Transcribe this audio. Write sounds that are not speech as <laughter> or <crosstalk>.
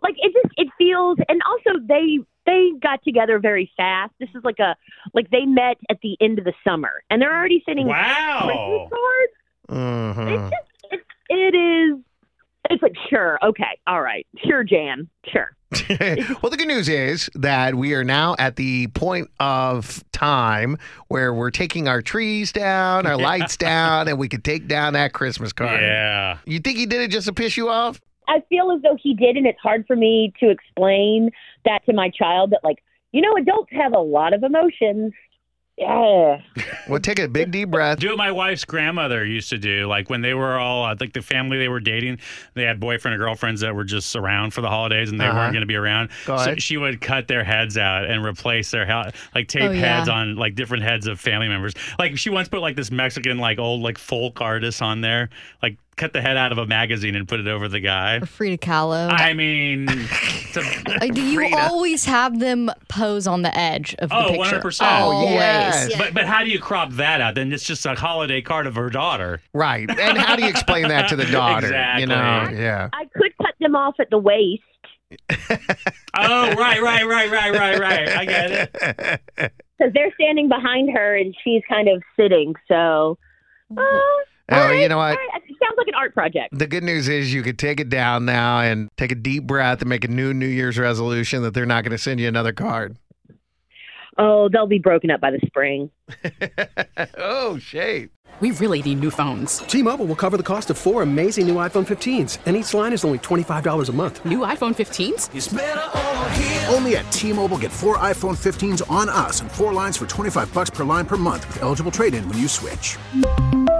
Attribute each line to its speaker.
Speaker 1: like it just it feels and also they they got together very fast. This is like a like they met at the end of the summer and they're already sending
Speaker 2: Wow.
Speaker 1: Christmas cards.
Speaker 3: Mhm.
Speaker 1: It's just, it's, it is, it's like, sure, okay, all right, sure, Jan, sure.
Speaker 3: <laughs> well, the good news is that we are now at the point of time where we're taking our trees down, our lights down, and we could take down that Christmas card.
Speaker 2: Yeah.
Speaker 3: You think he did it just to piss you off?
Speaker 1: I feel as though he did, and it's hard for me to explain that to my child that, like, you know, adults have a lot of emotions. Yeah.
Speaker 3: Well, take a big deep breath.
Speaker 2: Do what my wife's grandmother used to do. Like when they were all, I think the family they were dating, they had boyfriend and girlfriends that were just around for the holidays and they
Speaker 3: Uh-huh.
Speaker 2: weren't going to be around.
Speaker 3: Go
Speaker 2: so
Speaker 3: ahead.
Speaker 2: she would cut their heads out and replace their hea- like tape
Speaker 4: Oh, yeah.
Speaker 2: heads on like different heads of family members. Like she once put like this Mexican like old like folk artist on there, like cut the head out of a magazine and put it over the guy.
Speaker 4: <laughs> Or Frida Kahlo?
Speaker 2: I
Speaker 4: <laughs>
Speaker 2: mean, it's a-
Speaker 4: Like, do you
Speaker 3: Frida.
Speaker 4: always have them pose on the edge of
Speaker 2: Oh,
Speaker 4: the picture?
Speaker 2: 100%. Oh,
Speaker 4: Always.
Speaker 3: yes.
Speaker 2: but but how do you crop that out? Then it's just a holiday card of her daughter.
Speaker 3: Right. And how do you explain that to
Speaker 2: <laughs>
Speaker 3: the daughter? You know,
Speaker 2: Exactly.
Speaker 3: yeah.
Speaker 1: I could cut them off at the waist.
Speaker 2: Oh, right, right, right, right, right, right. I get it.
Speaker 1: Because they're standing behind her and she's kind of sitting, so uh, all
Speaker 3: Oh, you know
Speaker 1: all
Speaker 3: what?
Speaker 1: right, it sounds like an art project.
Speaker 3: The good news is you could take it down now and take a deep breath and make a new New Year's resolution that they're not going to send you another card.
Speaker 1: Oh, they'll be broken up by the spring.
Speaker 3: oh, shade.
Speaker 5: We really need new phones.
Speaker 6: T-Mobile will cover the cost of four amazing new iPhone 15s, and each line is only $25 a month.
Speaker 5: New iPhone 15s?
Speaker 7: Only at T-Mobile get four iPhone 15s on us and four lines for 25 bucks per line per month with eligible trade-in when you switch.